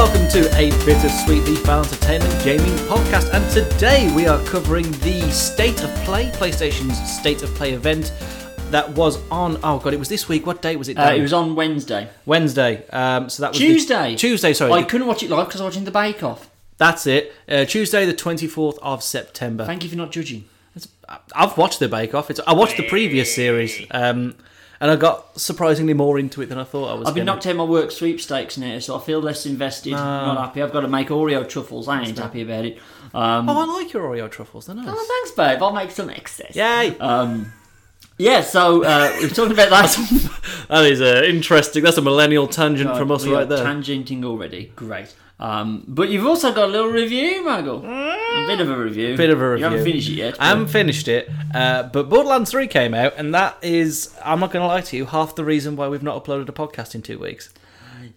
a bittersweetly balanced entertainment gaming podcast, and today we are covering the State of Play, PlayStation's State of Play event that was on. Oh god, it was this week. What day was it? Uh, Dan? it was on Wednesday. Wednesday. Um, so that was the- Tuesday. Tuesday. Sorry, I couldn't watch it live because I was watching the Bake Off. that's it. Uh, Tuesday, the twenty fourth of September. Thank you for not judging. I- I've watched the Bake Off. It's I watched the previous series, um, and I got surprisingly more into it than I thought I was. I've been gonna. knocked out of my work sweepstakes now, so I feel less invested. Not happy. I've got to make Oreo truffles. I ain't happy about it. Um, Oh, I like your Oreo truffles. They're nice. oh, thanks, babe. I'll make some excess. Yay! Um, yeah. So uh, we were talking about that. that is uh, interesting. That's a millennial tangent from us We are right there. Tangenting already. Great. Um, but you've also got a little review, Michael. A bit of a review. Bit of a You haven't review. finished it yet. I haven't finished it, uh, but Borderlands 3 came out, and that is, I'm not going to lie to you, half the reason why we've not uploaded a podcast in two weeks.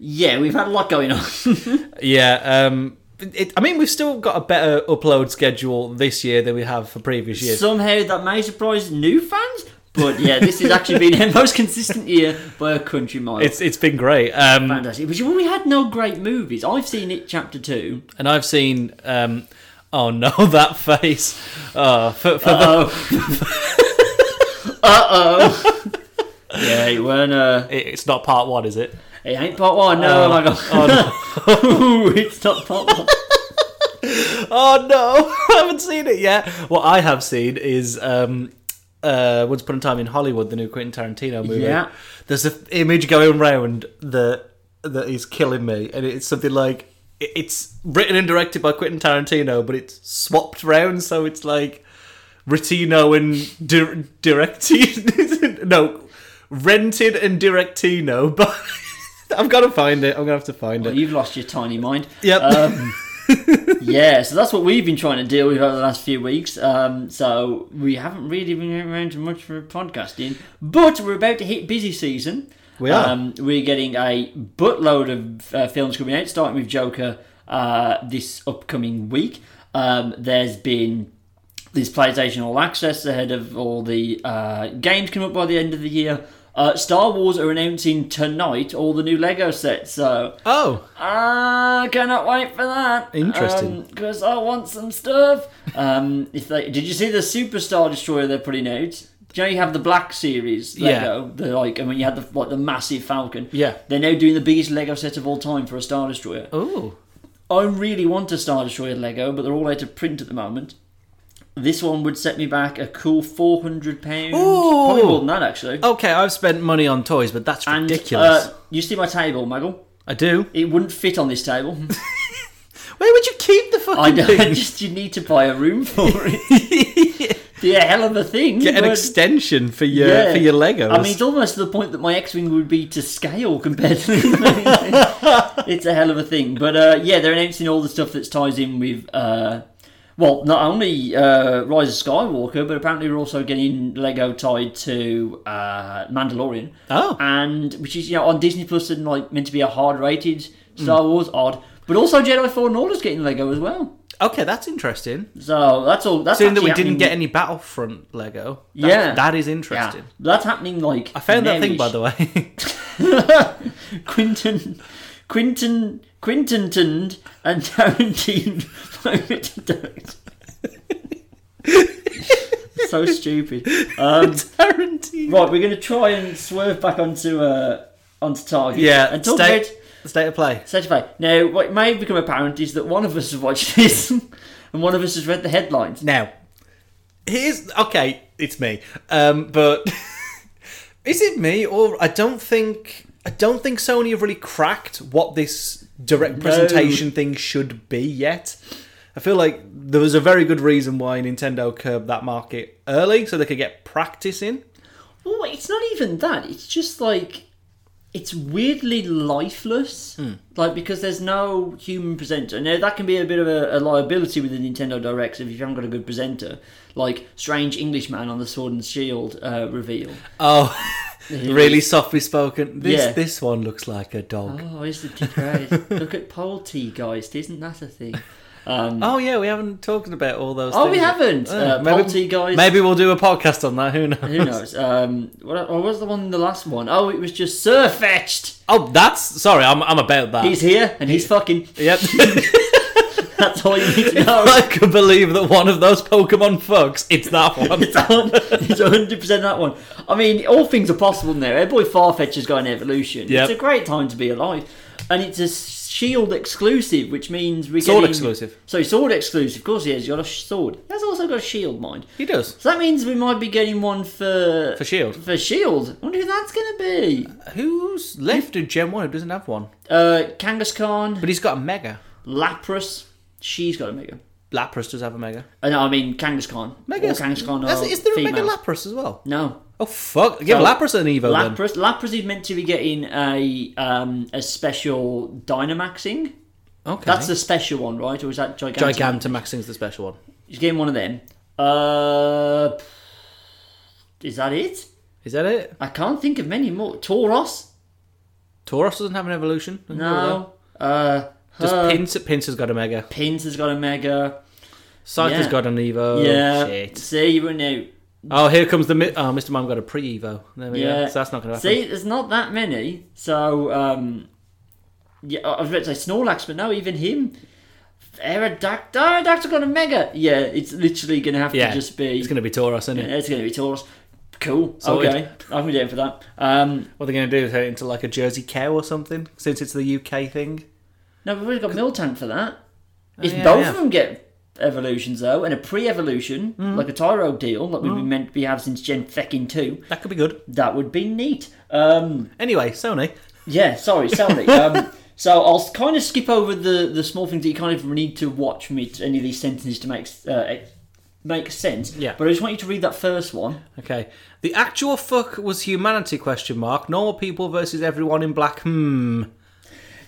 Yeah, we've had a lot going on. Yeah, um, it, I mean, we've still got a better upload schedule this year than we have for previous years. Somehow that may surprise new fans, but yeah, this has actually been our most consistent year by a country mile. it's It's been great. Um, fantastic. Which is when we had no great movies. I've seen it, Chapter Two. and I've seen, um, oh no, that face. Oh, for, for the, Oh, uh oh. Yeah, it weren't. Uh, it- it's not part one, is it? it ain't part one. No, Oh. like, oh, no. it's not part one. Oh no, I haven't seen it yet. What I have seen is um, uh, Once Upon a Time in Hollywood, the new Quentin Tarantino movie. Yeah. There's an image going round that that is killing me, and it's something like it- it's written and directed by Quentin Tarantino, but it's swapped round, so it's like Retino and di- directed. no, rented and directino, but. I've got to find it. I'm gonna have to find Well, it. you've lost your tiny mind. Yep. Um, yeah, so that's what we've been trying to deal with over the last few weeks. Um, so we haven't really been around to much for podcasting, but we're about to hit busy season. We are. Um, we're getting a buttload of uh, films coming out, starting with Joker uh, this upcoming week. Um, there's been this PlayStation All Access ahead of all the uh, games coming up by the end of the year. Uh, Star Wars are announcing tonight all the new Lego sets, so Oh, I cannot wait for that. Interesting. Because I want some stuff. Um, if they did you see the Superstar Destroyer they're putting out? Do you know you have the Black Series Lego? The like, I mean, you had the like the massive Falcon. Yeah. They're now doing the biggest Lego set of all time for a Star Destroyer. oh, I really want a Star Destroyer Lego, but they're all out of print at the moment. This one would set me back a cool four hundred pounds. Probably Ooh. more than that actually. Okay, I've spent money on toys, but that's And, ridiculous. Uh, you see my table, Muggle? I do. It wouldn't fit on this table. Where would you keep the I fucking know, thing? just you need to buy a room for it. Be a hell of a thing. Get an but- extension for your yeah. for your Legos. I mean, it's almost to the point that my X-wing would be to scale compared to. it's a hell of a thing, but uh, yeah, they're announcing all the stuff that ties in with. Uh, well, not only uh, Rise of Skywalker, but apparently we're also getting Lego tied to uh, Mandalorian oh, and which is you know on Disney Plus and like meant to be a hard rated Hmm. Star Wars odd, but also Jedi Fallen Order's getting Lego as well. oh, okay, that's interesting. So that's all. That's Seeing that actually we didn't happening- get any Battlefront Lego. That, Yeah. that is Yeah, interesting. that's happening like I found that thing by the way. way. Quinton, Quinton, Quintontoned and Tarantine. by Richard Dawkins. so stupid. Um, Tarantino. right, we're going to try and swerve back onto uh, onto target. Yeah, and talk stay- about State of play. Satisfied. Now, what may have become apparent is that one of us has watched this and one of us has read the headlines. Now, here's okay. It's me, um, but is it me or I don't think I don't think Sony have really cracked what this direct presentation thing should be yet. I feel like there was a very good reason why Nintendo curbed that market early, so they could get practice in. Well, it's not even that. It's just like it's weirdly lifeless. Hmm. Like because there's no human presenter. Now that can be a bit of a, a liability with the Nintendo Directs if you haven't got a good presenter. Like strange Englishman on the Sword and Shield uh, reveal. Oh, really softly spoken. This Yeah. this one looks like a dog. Oh, isn't it great? Look at pole tea, guys. Isn't that a thing? Um, Oh yeah, we haven't talked about all those. oh, things we haven't. Yeah, uh, maybe- Polity guys. Maybe we'll do a podcast on that. Who knows? Who knows? Um, what, what was the one? The last one? Oh, it was just Surfetched. Oh, that's sorry. I'm I'm about that. He's here and he's fucking. Yep. That's all you need to know. I could believe that one of those Pokemon fucks. It's that one. It's on. It's hundred percent that one. I mean, all things are possible now. Our boy Farfetch has got an evolution. Yep. It's a great time to be alive, and it's a Shield exclusive, which means we're Sword getting- exclusive. So sword exclusive, of course he has. He's got a sword. He has also got a shield, mind. He does So that means we might be getting one for for Shield. for Shield. I wonder who that's going to be. Who's left in Gen One who doesn't have one? Uh, Kangaskhan, But he's got a Mega. Lapras. She's got a mega. Lapras does have a Mega. Uh, no, I mean Kangaskhan. Mega. All Kangaskhan That's- are Is there a female. Mega Lapras as well? no. Oh fuck! Give So- Lapras an Evo then. Lapras. Lapras is meant to be getting a um, a special Dynamaxing. Okay. That's the special one, right? Or is that Gigantamax? Gigantamaxing's the special one. He's getting one of them. Uh, is that it? Is that it? I can't think of many more. Tauros? Tauros doesn't have an evolution. Doesn't do No. Uh, that. Does her- Pince? Pince has got a Mega. Pins has got a mega. Scyther's Yeah. got an Evo. yeah. Oh, Shit. See, you were new. Oh, here comes the. Mi- oh, Mr. Mime got a pre Evo. There we Yeah. go. So that's not going to happen. See, there's not that many. So, um, yeah, I was about to say Snorlax, but no, even him. Aerodactyl, Aerodactyl got a mega. Yeah, it's literally going to have Yeah. to just be. It's going to be Tauros, isn't it? It's going to be Taurus. Cool. Sorted. Okay, I'm down for that. Um, What they're going to do is turn it into like a Jersey cow or something, since it's the UK thing. no, we've already got Miltank for that. if Oh, yeah, both yeah. of them get evolutions though, and a pre-evolution Mm-hmm. like a Tyro deal, like we've been meant to be have since Gen Feckin' two, That could be good. that would be neat. Um, Anyway, Sony. Yeah, sorry, sorry. um, so I'll kind of skip over the, the small things that you kind of need to watch me to any of these sentences to make uh, ex- make sense. Yeah. But I just want you to read that first one. Okay. The actual fuck was humanity question mark. Normal people versus everyone in black. Hmm.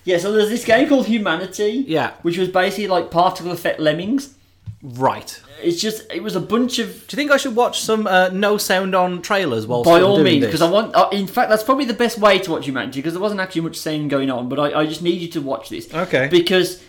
Yeah. So there's this game called Humanity. Yeah. Which was basically like particle effect lemmings. Right. It's just it was a bunch of Do you think I should watch some uh, no sound on trailers whilst by I'm all doing means this? because I want. Uh, in fact, that's probably the best way to watch Humanity because there wasn't actually much saying going on. But I, I just need you to watch this. Okay. Because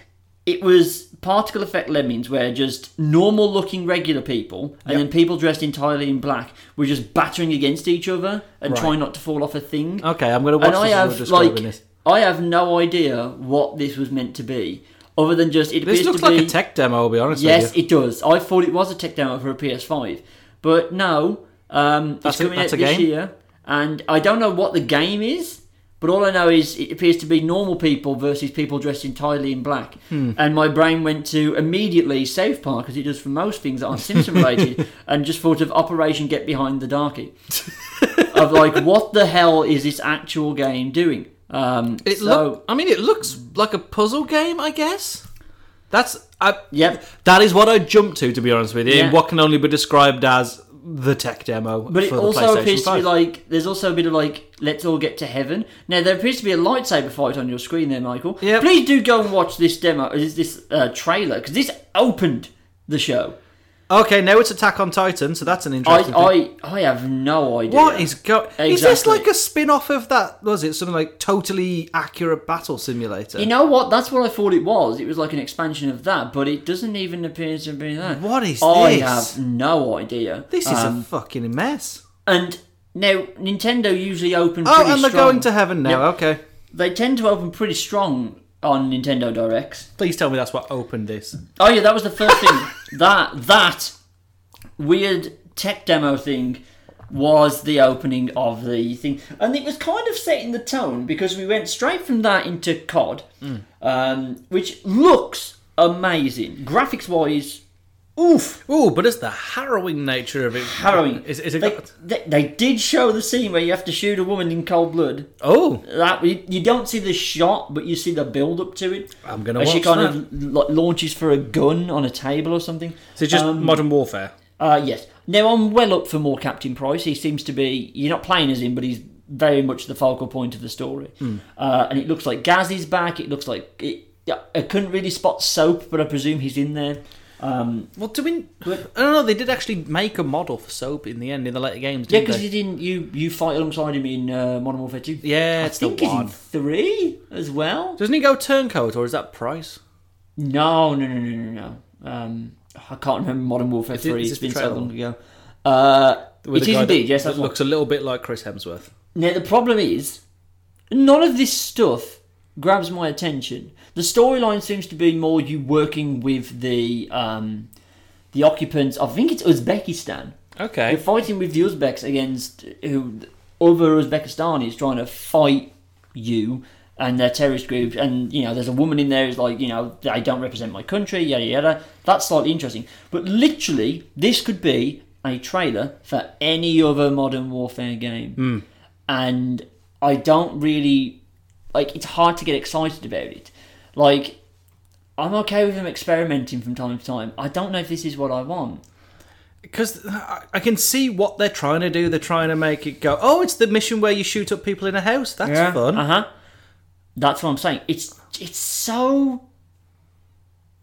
it was particle effect lemmings where just normal looking regular people and then people dressed entirely in black were just battering against each other and Right. trying not to fall off a thing. Okay, I'm going to watch and this I as have you're describing like this. I have no idea what this was meant to be other than just it This appears looks to be like a tech demo, I'll be honest Yes, with you. it does. I thought it was a tech demo for a PS5, but no. Um, That's it's a- coming that's out a this game? year, and I don't know what the game is, but all I know is it appears to be normal people versus people dressed entirely in black. Hmm. And my brain went to immediately South Park, as it does for most things that aren't Simpson related, and just thought of Operation Get Behind the Darky. of like, what the hell is this actual game doing? Um, It so, look, I mean, it looks like a puzzle game, I guess. That's I, Yep. That is what I jumped to, to be honest with you. Yeah. in What can only be described as the tech demo But it for the also PlayStation appears to 5. be like there's also a bit of like let's all get to heaven. Now there appears to be a lightsaber fight on your screen there, Michael. Yep. Please do go and watch this demo, this, this uh, trailer because this opened the show. okay, now it's Attack on Titan, so that's an interesting. thing. I, I I have no idea. What is go? Is this Exactly. like a spin-off of that? Was it something like totally accurate battle simulator? You know what? That's what I thought it was. It was like an expansion of that, but it doesn't even appear to be that. What is I this? have no idea. this is Um, a fucking mess. and now Nintendo usually open. Oh, pretty and they're strong. going to heaven now. Okay, They tend to open pretty strong on Nintendo Directs. please tell me that's what opened this. Oh yeah, that was the first thing. that that weird tech demo thing was the opening of the thing, and it was kind of setting the tone because we went straight from that into COD, Hmm. um, which looks amazing graphics wise. Oof, Ooh, but it's the harrowing nature of it. harrowing. Is, is it? they, they, they did show the scene where you have to shoot a woman in cold blood. oh, That you, you don't see the shot, but you see the build up to it. I'm gonna As she watch kind that. of la- launches for a gun on a table or something. so it's just modern warfare. Uh, yes. Now I'm well up for more Captain Price. He seems to be you're not playing as him, but he's very much the focal point of the story. Hmm. Uh, and it looks like Gaz is back. It looks like it, yeah, I couldn't really spot Soap, but I presume he's in there. Um, Well, do we? I don't know. They did actually make a model for soap in the end in the later games. yeah, Didn't because they? you didn't you you fight alongside him in uh, Modern Warfare Two. yeah, I it's the think he's in one. three as well. Doesn't he go turncoat or is that Price? No, no, no, no, no, no. Um, I can't remember Modern Warfare Is it- Three. is it's this been so Betrayal? long ago. Uh, With it the is guy that- indeed. Yes, that that's one. looks a little bit like Chris Hemsworth. Now the problem is, none of this stuff grabs my attention. The storyline seems to be more you working with the um, the occupants. I think it's Uzbekistan. You're Okay. fighting with the Uzbeks against who other Uzbekistanis trying to fight you and their terrorist group. And you know, there's a woman in there who's like, you know, I don't represent my country, yada yada. That's slightly interesting. But literally, this could be a trailer for any other modern warfare game, and I don't really like. It's hard to get excited about it. Like, I'm okay with them experimenting from time to time. I don't know if this is what I want. Because I I can see what they're trying to do. They're trying to make it go, oh, it's the mission where you shoot up people in a house. That's fun. Uh huh. That's what I'm saying. It's it's so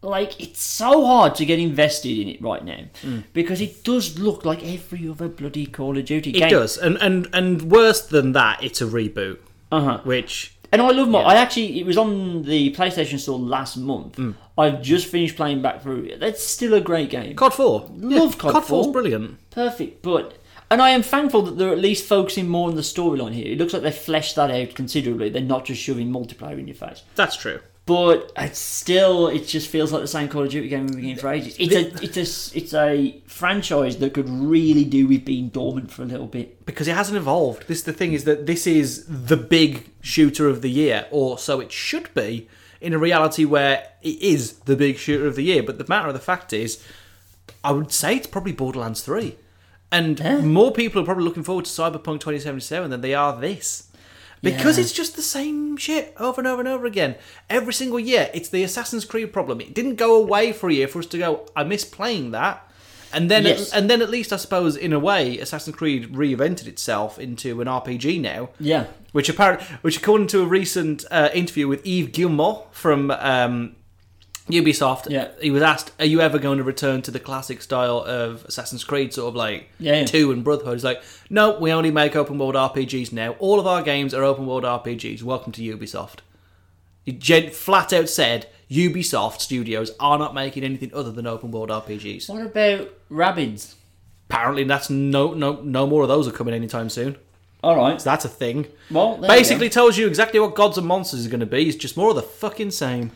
like it's so hard to get invested in it right now Mm. because it does look like every other bloody Call of Duty game. It does. And, and, and worse than that, it's a reboot, Uh huh. which. And I love my. I actually it was on the PlayStation Store last month. Mm. I've just finished playing back through. it. That's still a great game. COD 4. Love COD 4. 4's brilliant. Perfect, but and I am thankful that they're at least focusing more on the storyline here. It looks like they fleshed that out considerably. They're not just shoving multiplayer in your face. That's true. but it's still it just feels like the same Call of Duty game we've been in for ages. It's a it's a s- it's a franchise that could really do with being dormant for a little bit. because it hasn't evolved. This the thing is that this is the big shooter of the year, or so it should be. In a reality where it is the big shooter of the year, but the matter of the fact is, I would say it's probably Borderlands Three, and more people are probably looking forward to Cyberpunk 2077 than they are this. Because Yeah. it's just the same shit over and over and over again. Every single year, it's the Assassin's Creed problem. It didn't go away for a year for us to go, I miss playing that. And then, Yes. and then at least I suppose in a way, Assassin's Creed reinvented itself into an RPG now, Yeah, which apparently, which according to a recent uh, interview with Yves Guillemot from um, Ubisoft, Yeah. he was asked, "Are you ever going to return to the classic style of Assassin's Creed, sort of like Yeah, yeah. Two and Brotherhood?" He's like, "No, we only make open world RPGs now. All of our games are open world RPGs. Welcome to Ubisoft." He gen- flat out said, "Ubisoft studios are not making anything other than open world RPGs." what about Rabbids? Apparently, that's no no no more of those are coming anytime soon. All right, So that's a thing. well there you Basically, tells you exactly what Gods and Monsters is going to be. It's just more of the fucking same.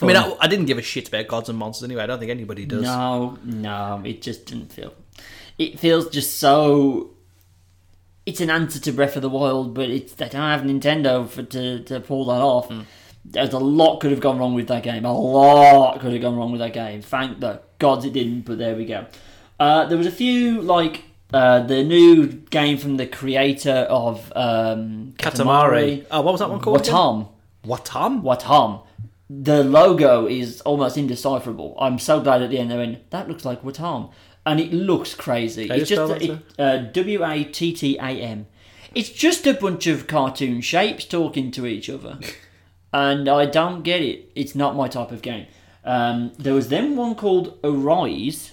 I mean, I, I didn't give a shit about Gods and Monsters anyway. I don't think anybody go. does. no, no, it just didn't feel. It feels just so. It's an answer to Breath of the Wild, but it's they don't have Nintendo for, to to pull that off. Hmm. There's a lot could have gone wrong with that game. A lot could have gone wrong with that game. Thank the gods it didn't, but there we go. Uh, there was a few like uh, the new game from the creator of um, Katamari. Oh, what was that one called? again? Watam. Watam? Watam. The logo is almost indecipherable. I'm so glad at the end they went. That looks like Watam, and it looks crazy. How do it's you just spell it- uh, W A T T A M. It's just a bunch of cartoon shapes talking to each other, and I don't get it. It's not my type of game. Um, there was then one called Arise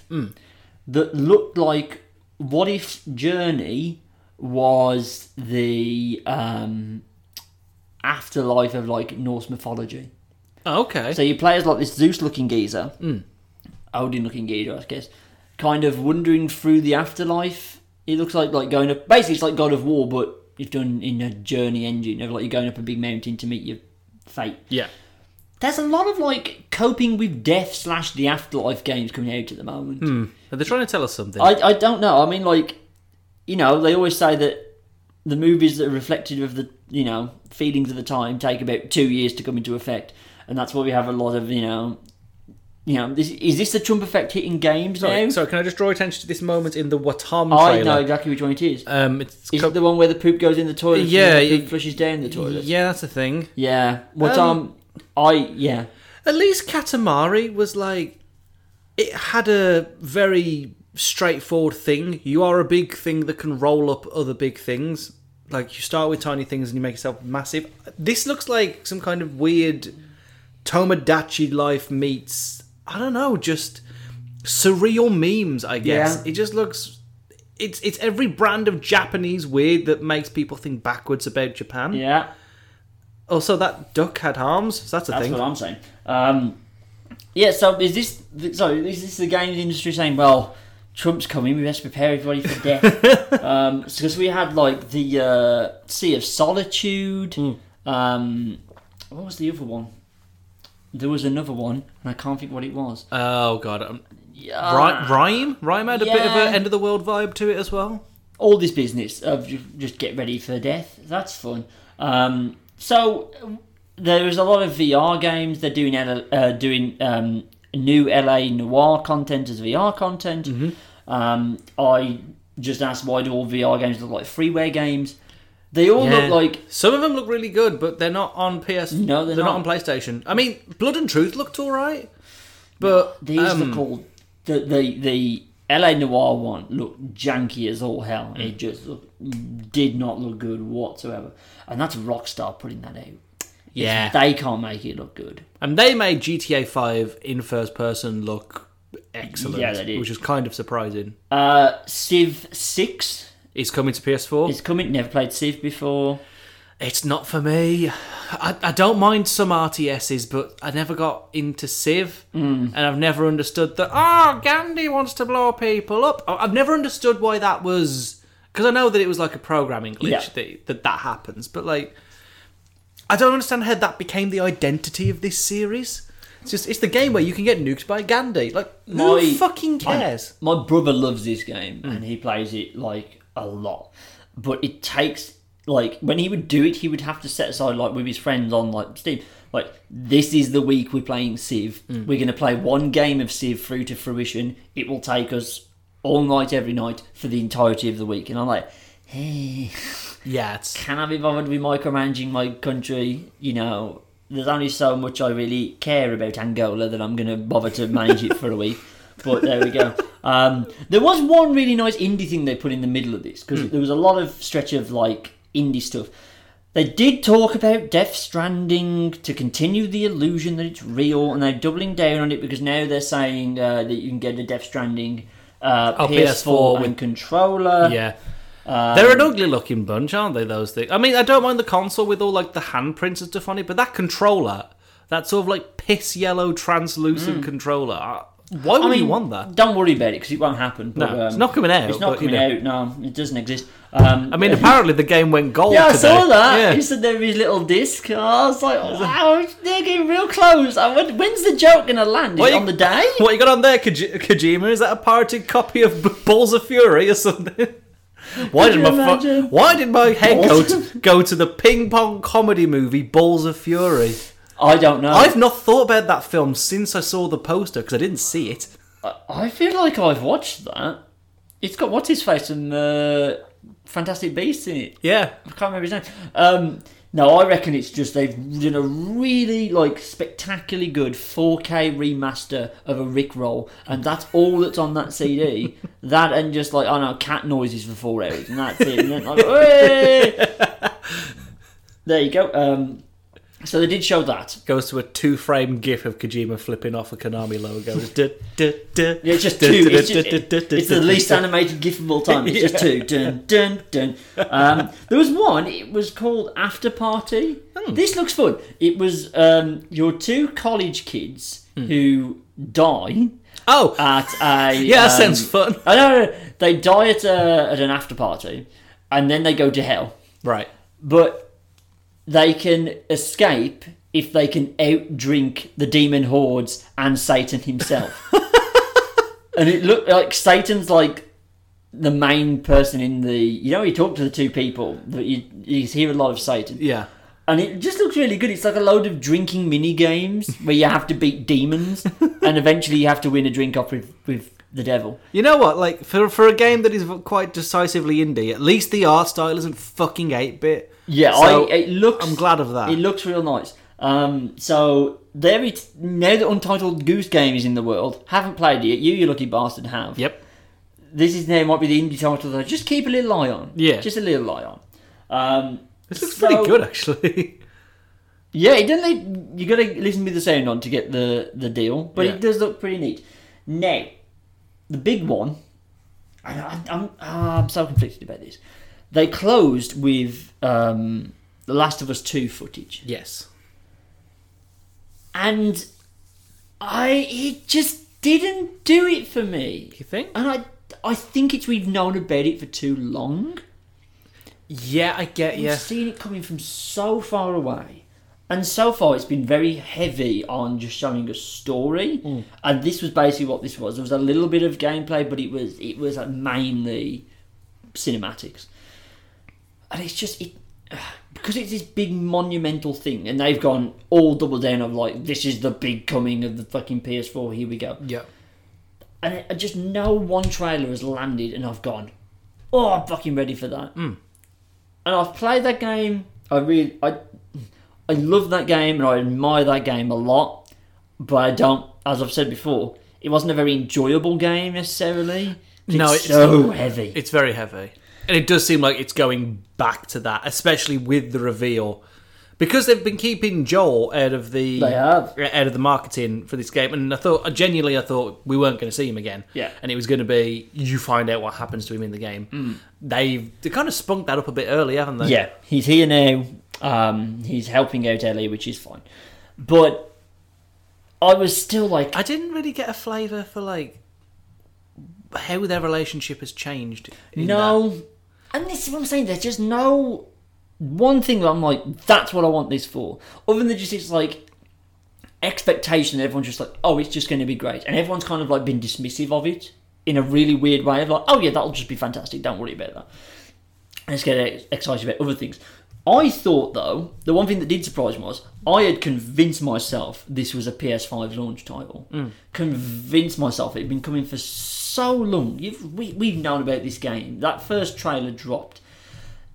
that looked like what if Journey was the um, afterlife of like Norse mythology. Oh, okay. So you play as like this Zeus looking geezer, Odin looking geezer, I guess, kind of wandering through the afterlife. It looks like like going up. Basically, it's like God of War, but you've done in a journey engine of like you're going up a big mountain to meet your fate. yeah. There's a lot of like coping with death slash the afterlife games coming out at the moment. Are they trying to tell us something? Hmm. I, I don't know. I mean, like, you know, they always say that the movies that are reflective of the, you know, feelings of the time take about two years to come into effect. And that's why we have a lot of, you know, you know, this, is this the Trump effect hitting games sorry, now? sorry, can I just draw attention to this moment in the Watam I know trailer? exactly which one it is. Um, it's Is co- it the one where the poop goes in the toilet? and Yeah, the poop y- flushes down the toilet. Yeah. yeah, that's a thing. What um, Um, I yeah. At least Katamari was like it had a very straightforward thing. You are a big thing that can roll up other big things. Like you start with tiny things and you make yourself massive. This looks like some kind of weird Tomodachi life meets I don't know, just surreal memes, I guess. Yeah. It just looks it's it's every brand of Japanese weird that makes people think backwards about Japan. Yeah. Also, that duck had arms. So that's a That's thing. what I'm saying. Um, yeah. So is this? th- So is this the games industry saying, well, Trump's coming. We best prepare everybody for death. Because we had like the uh, Sea of Solitude. Um, what was the other one? There was another one, and I can't think what it was. Oh god, um, Yeah. Rhy- rhyme. Rhyme had a bit of Ah. Yeah. an end of the world vibe to it as well. all this business of ju- just get ready for death. That's fun. Um, so um, there is a lot of VR games. They're doing L- uh, doing um, new LA noir content as VR content. Um, I just asked why do all VR games look like freeware games? They all Yeah. look like Some of them look really good, but they're not on PS. No, they're not. not. on PlayStation. I mean, Blood and Truth looked all right, but these um, look all the the the LA Noir one looked janky as all hell. Mm. It just looked, did not look good whatsoever, and that's Rockstar putting that out. yeah, They can't make it look good. and they made GTA Five in first person look excellent, Yeah, they did. which is kind of surprising. Uh, Civ 6 It's coming to PS4. is coming. Never played Civ before. It's not for me. I, I don't mind some RTSs, but I never got into Civ, Hmm. and I've never understood that. Oh, Gandhi wants to blow people up. I- I've never understood why that was because I know that it was like a programming glitch Yeah. that, that that happens, but like I don't understand how that became the identity of this series. It's just it's the game where you can get nuked by Gandhi. Like who My- fucking cares? Hmm. My brother loves this game and he plays it like a lot. But it takes like when he would do it, he would have to set aside like with his friends on like Steam. Like this is the week we're playing Civ. Hmm. We're going to play one game of Civ through to fruition. It will take us all night, every night for the entirety of the week. And I'm like, hey. yeah, it's can I be bothered with micromanaging my country? You know, there's only so much I really care about Angola that I'm going to bother to manage it for a week. But there we go. Um, there was one really nice indie thing they put in the middle of this Hmm. because there was a lot of stretch of like indie stuff. They did talk about Death Stranding to continue the illusion that it's real, and they're doubling down on it because now they're saying uh, that you can get a Death Stranding uh, Oh, PS4 PS4 and with- controller. Yeah. Um, They're an ugly looking bunch, aren't they, those things? I mean, I don't mind the console with all like the handprints and stuff on it, but that controller, that sort of like piss yellow Mm. translucent controller, I- why would you want that? Don't worry about it because it won't happen. But, No, um, it's not coming out. It's not but, you coming know. out. No, it doesn't exist. Um, I mean, apparently the game went gold. yeah, I today. saw that. Yeah. He said there was little disc. Oh, I was like, wow, they're getting real close. I went, when's the joke gonna land? Is What it you- on the day? What you got on there, Koji- Kojima? Is that a pirated copy of B- Balls of Fury or something? Why did you my fu- imagine? Why did my head go Balls. to, go to the ping pong comedy movie Balls of Fury? I don't know. I've not thought about that film since I saw the poster because I didn't see it. I- I feel like I've watched that. It's got what's his face and uh, Fantastic Beasts in it. Yeah, I can't remember his name. Um, no, I reckon it's just they've done a really like spectacularly good 4K remaster of a Rickroll, and that's all that's on that CD. that and just like I don't know cat noises for four hours, and that's it. And then, like, "Hey!" there you go. Um, so they did show that. goes to a two-frame GIF of Kojima flipping off a Konami logo. Du- du- du- Yeah, it's just du- two. du- It's, du- just, du- du- du- it's the du- least du- animated GIF of all time. It's just two. Dun dun dun. Um, there was one. It was called After Party. Hmm. This looks fun. It was um, your two college kids Hmm. who die Oh, at a yeah, that Ah, um, sounds fun. I know, no, no, they die at a, at an after party, and then they go to hell. Right. But they can escape if they can outdrink the demon hordes and Satan himself. and it looked like Satan's like the main person in the. You know, you talk to the two people that you you hear a lot of Satan, Yeah. and it just looks really good. It's like a load of drinking mini games where you have to beat demons, and eventually you have to win a drink off with with the devil. You know what? Like for for a game that is quite decisively indie, at least the art style isn't fucking eight bit. Yeah, So, I, it looks. I'm glad of that. It looks real nice. Um, so there it now that Untitled Goose Game is in the world. Haven't played it. yet. You, you lucky bastard, have. Yep. This is now might be the indie title that I just keep a little eye on. Yeah. Just a little eye on. Um, This looks so- pretty good actually. Yeah, it doesn't. Like, you got to listen with the sound on to get the the deal, but Yeah. it does look pretty neat. Now, the big one. I, I, I'm ah, I'm so conflicted about this. They closed with um, The Last of Us 2 footage. Yes. And I it just didn't do it for me. You think? And I I think it's we've known about it for too long. Yeah, I get We've you. seen it coming from so far away. And so far, it's been very heavy on just showing a story, Mm. and this was basically what this was. There was a little bit of gameplay, but it was it was uh, mainly cinematics, and it's just it because it's this big monumental thing, and they've gone all double down of like this is the big coming of the fucking PS4. Here we go, Yeah. and I- I just no one trailer has landed, and I've gone, oh, I'm fucking ready for that. Hmm. And I've played that game. I really, I, I love that game, and I admire that game a lot. But I don't, as I've said before, it wasn't a very enjoyable game necessarily. It's No, it's- so heavy. It's very heavy. And it does seem like it's going back to that, especially with the reveal. Because they've been keeping Joel out of the uh, They have. out of the marketing for this game, and I thought uh, genuinely I thought we weren't going to see him again. Yeah. and it was going to be you find out what happens to him in the game. They've they kind of spunked that up a bit early, haven't they? Hmm. Yeah, he's here now. Um, he's helping out Ellie, which is fine. But I was still like, I didn't really get a flavour for like how their relationship has changed. in no. And this is what I'm saying. There's just no one thing that I'm like, that's what I want this for. Other than just it's like expectation. that Everyone's just like, oh, it's just going to be great, and everyone's kind of like been dismissive of it in a really weird way of like, oh yeah, that'll just be fantastic. Don't worry about that. Let's get ex- excited about other things. I thought though, the one thing that did surprise me was I had convinced myself this was a PS5 launch title. Hmm. Convinced myself it had been coming for so long. You've, we, we've known about this game. That first trailer dropped.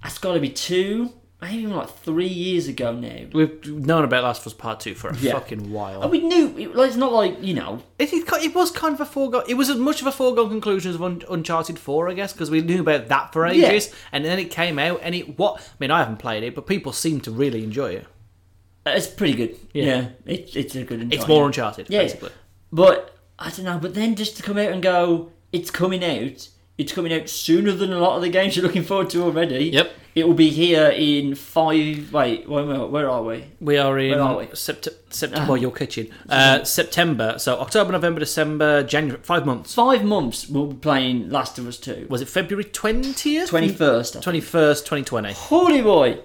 That's got to be two, maybe even like three years ago now. that. we've known about Last of Us Part Two for a Yeah. fucking while. And we knew it, like, it's not like you know It, it, it was kind of a foregone. It was as much of a foregone conclusion as Un- Uncharted Four, I guess, because we knew about that for Yeah. ages, and then it came out, and it what? I mean, I haven't played it, but people seem to really enjoy it. it's pretty good. Yeah. Yeah, it, it's a good. It's enjoyment. more Uncharted, Yeah. basically. But I don't know. But then just to come out and go, it's coming out. It's coming out sooner than a lot of the games you're looking forward to already. Yep. It will be here in five. Wait, where, where, where are we? We are in Where are we? Ah. September. September, your kitchen. Uh, September. So October, November, December, January. Five months. Five months. We'll be playing Last of Us Two. Was it February twentieth? Twenty first. Twenty first, twenty twenty. Holy boy,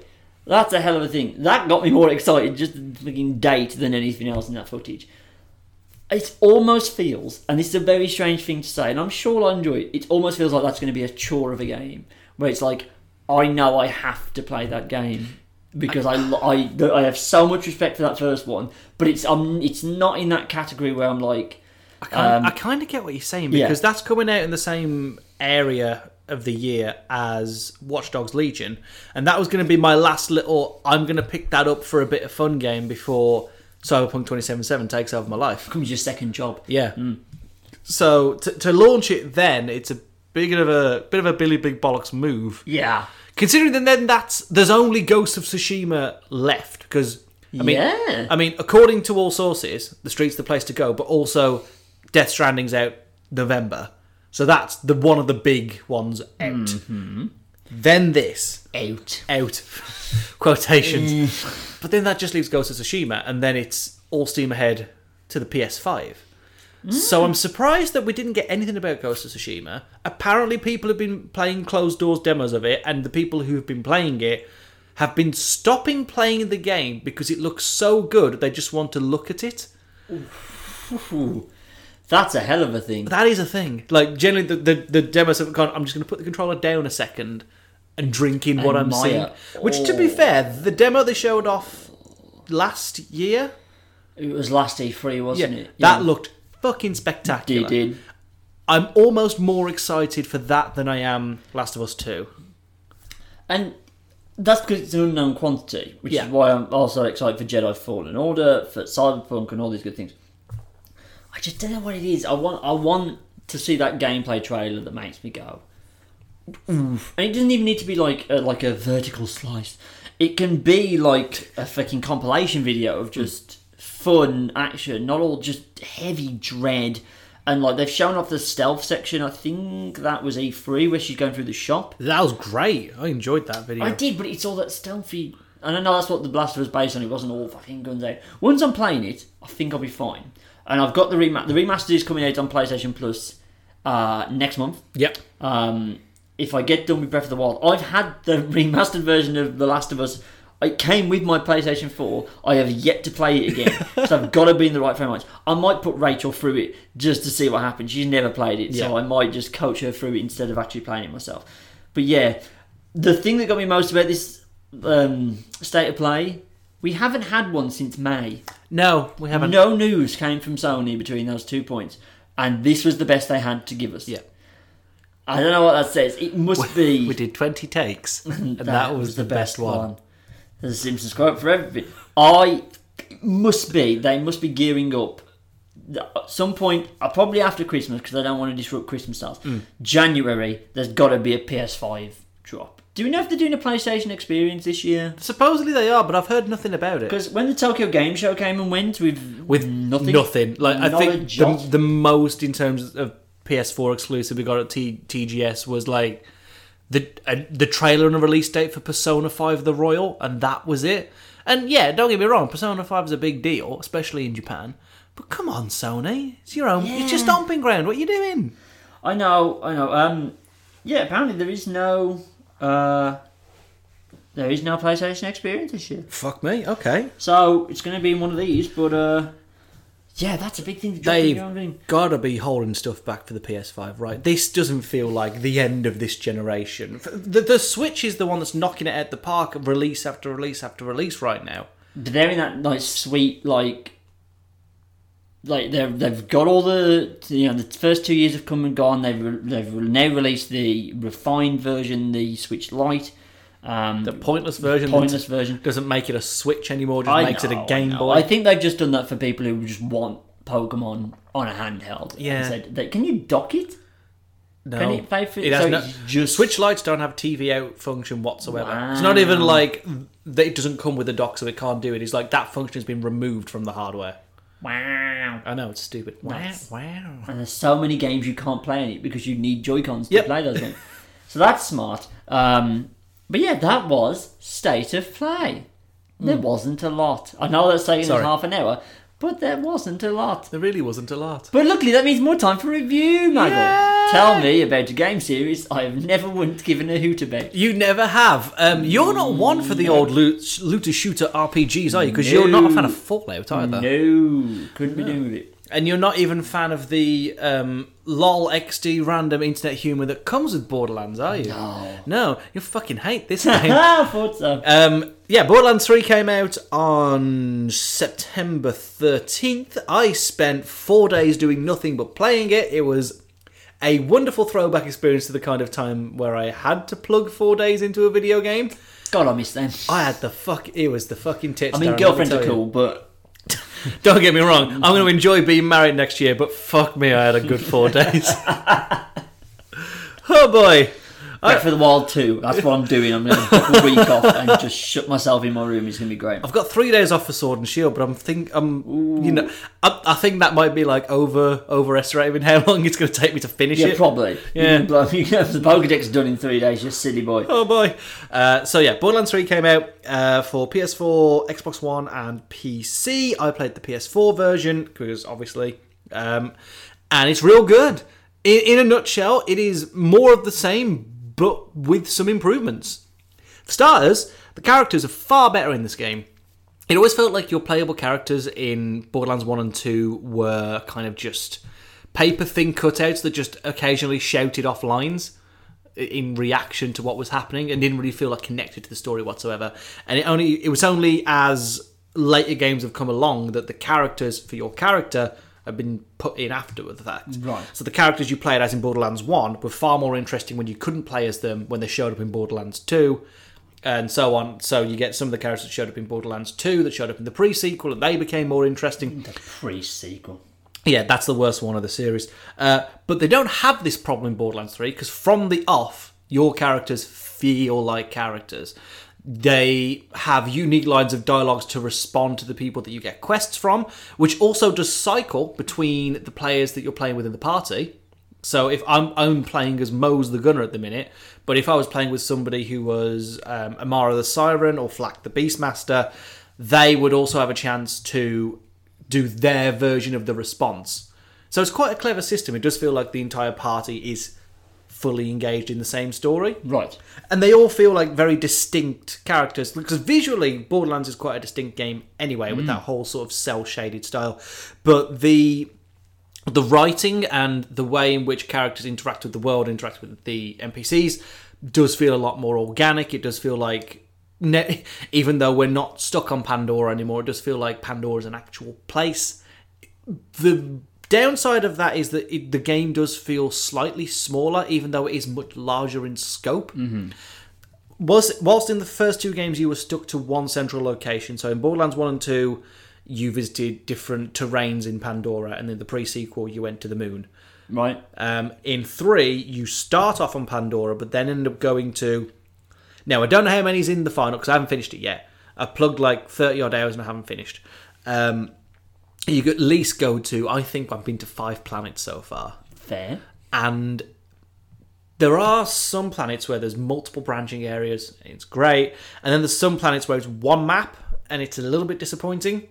that's a hell of a thing. That got me more excited just the fucking date than anything else in that footage. It almost feels, and this is a very strange thing to say, and I'm sure I'll enjoy it. It almost feels like that's going to be a chore of a game, where it's like, I know I have to play that game because I, lo- I, I have so much respect for that first one, but it's um, it's not in that category where I'm like, I kind, Um, I kind of get what you're saying yeah. because that's coming out in the same area of the year as Watch Dogs Legion, and that was going to be my last little. I'm going to pick that up for a bit of fun game before Cyberpunk 2077 takes over my life. comes your second job. Yeah. So to, to launch it then, it's a big of a bit of a Billy Big Bollocks move. Yeah. Considering that then that's there's only Ghost of Tsushima left because I mean Yeah. I mean according to all sources the street's the place to go but also Death Stranding's out November so that's the one of the big ones out then this Out. out quotations but then that just leaves Ghost of Tsushima and then it's all steam ahead to the PS5 so I'm surprised that we didn't get anything about Ghost of Tsushima. Apparently, people have been playing closed doors demos of it, and the people who have been playing it have been stopping playing the game because it looks so good they just want to look at it. Ooh, that's a hell of a thing. That is a thing. Like generally, the the, the demos have gone. I'm just going to put the controller down a second and uh, drink in what And I'm admire. seeing. Which, to be Oh. fair, the demo they showed off last year, It was last E3, yeah, wasn't it? that looked looked fucking spectacular. It did. I'm almost more excited for that than I am Last of Us Two. And that's because it's an unknown quantity, which Yeah. is why I'm also excited for Jedi Fallen Order, for Cyberpunk, and all these good things. I just don't know what it is. I want, I want to see that gameplay trailer that makes me go, oof. And it doesn't even need to be like a, like a vertical slice. It can be like a fucking compilation video of just fun action, not all just heavy dread. And like they've shown off the stealth section. I think that was E E3 where she's going through the shop. That was great. I enjoyed that video. I did, but it's all that stealthy And I know that's what The Blast was based on. It wasn't all fucking guns out. Once I'm playing it, I think I'll be fine. And I've got the remaster. The remaster is coming out on PlayStation Plus uh, next month. Yep. Um, if I get done with Breath of the Wild, I've had the remastered version of The Last of Us. It came with my PlayStation 4. I have yet to play it again, so I've got to be in the right frame of mind. I might put Rachel through it just to see what happens. She's never played it, so Yeah. I might just coach her through it instead of actually playing it myself. But yeah, the thing that got me most about this um, state of play, we haven't had one since May. No, we haven't. No news came from Sony between those two points, and this was the best they had to give us. Yeah. I don't know what that says. It must be We did 20 takes, and that, was, the best, one. There's a Simpsons quote for everything. I it must be. They must be gearing up. At some point, uh, probably after Christmas, because they don't want to disrupt Christmas sales. Mm. January, there's got to be a PS5 drop. Do we know if they're doing a PlayStation experience this year? Supposedly they are, but I've heard nothing about it. Because when the Tokyo Game Show came and went, with With nothing, Nothing. Like I Not a think the, jot. the most in terms of PS4 exclusive we got at T- TGS was like the uh, the trailer and a release date for Persona 5 The Royal, and that was it. And yeah, don't get me wrong, Persona 5 is a big deal, especially in Japan. But come on, Sony, it's your own. It's your Yeah. stomping ground. What are you doing? I know, I know. Um, yeah, apparently there is no, uh, there is no PlayStation Experience this year, Fuck me. Okay. so it's going to be in one of these. But uh, yeah, that's a big thing. To drop in They've your own thing. gotta be holding stuff back for the PS5, right? This doesn't feel like the end of this generation. The, the Switch is the one that's knocking it at the park, release after release after release, right now. But they're in that like sweet like. Like they've they've got all the you know the first two years have come and gone. They've re- they've now released the refined version, the Switch Lite, um, The pointless version. that's- pointless version. doesn't make it a Switch anymore. Just makes know, it a Game I know. Boy. I think they've just done that for people who just want Pokemon on a handheld. and Yeah. said that- can you dock it? no, Can it pay for It has so no- it's just Switch lights don't have TV out function whatsoever. It's Wow. not even like that. It doesn't come with a dock, so it can't do it. It's like that function has been removed from the hardware. Wow. I know it's stupid. Wow, Nice. wow. And there's so many games you can't play on it because you need Joy Cons to Yep. play those games. so that's smart. Um, but yeah, that was state of play. There wasn't a lot. I know that's taking us Hmm. Sorry. half an hour, but there wasn't a lot. There really wasn't a lot. But luckily, that means more time for review, Maggle. Yay! Tell me about a game series I have never once given a hoot about. You never have. Um, you're not one for the old loot, looter shooter RPGs, are you? Because you're not a fan of Fallout either, No, couldn't be doing with it. and you're not even a fan of the um, lol xd random internet humor that comes with Borderlands, are you? No. No, you fucking hate this game. Ah, thought so. Um, yeah, Borderlands 3 came out on September 13th. I spent four days doing nothing but playing it. It was a wonderful throwback experience to the kind of time where I had to plug four days into a video game. God, I miss them. I had the fuck. It was the fucking tits. I Darren, mean, let me girlfriends tell are you. cool, but Don't get me wrong. I'm going to enjoy being married next year, but fuck me, I had a good four days. oh boy. Back for the Wild 2, that's what I'm doing. I'm going to week off and just shut myself in my room. It's going to be great. I've got three days off for Sword and Shield, but I'm think I'm you know I, I think that might be like over overestimating how long it's going to take me to finish Yeah, it. probably. Yeah. You can blow- you can have the Pokedex done in three days, you silly boy. oh boy! Uh, so yeah, Borderlands Three came out uh, for PS4, Xbox One, and PC. I played the PS4 version because obviously, um, and it's real good. In, in a nutshell, it is more of the same but with some improvements. For starters, the characters are far better in this game. It always felt like your playable characters in Borderlands 1 and 2 were kind of just paper thin cutouts that just occasionally shouted off lines in reaction to what was happening and didn't really feel like connected to the story whatsoever. And it only it was only as later games have come along that the characters for your character have been put in after the fact. Right. So the characters you played as in Borderlands 1 were far more interesting when you couldn't play as them when they showed up in Borderlands 2 and so on. So you get some of the characters that showed up in Borderlands 2 that showed up in the pre-sequel and they became more interesting. Pre sequel. Yeah, that's the worst one of the series. Uh, but they don't have this problem in Borderlands 3 because from the off, your characters feel like characters. They have unique lines of dialogues to respond to the people that you get quests from, which also does cycle between the players that you're playing with in the party. So if I'm I'm playing as Mose the Gunner at the minute, but if I was playing with somebody who was um, Amara the Siren or Flak the Beastmaster, they would also have a chance to do their version of the response. So it's quite a clever system. It does feel like the entire party is fully engaged in the same story Right. and they all feel like very distinct characters because visually borderlands is quite a distinct game anyway with that whole sort of cell shaded style but the the writing and the way in which characters interact with the world interact with the npcs does feel a lot more organic it does feel like ne- even though we're not stuck on pandora anymore it does feel like pandora is an actual place the downside of that is that it, the game does feel slightly smaller, even though it is much larger in scope. Was whilst in the first two games you were stuck to one central location. So in Borderlands One and Two, you visited different terrains in Pandora, and in the pre-sequel you went to the moon. Right. Um, in three, you start off on Pandora, but then end up going to. Now I don't know how many's in the final because I haven't finished it yet. I plugged like thirty odd hours and I haven't finished. Um, you could at least go to. I think I've been to five planets so far, Fair. and there are some planets where there's multiple branching areas. It's great, and then there's some planets where it's one map, and it's a little bit disappointing.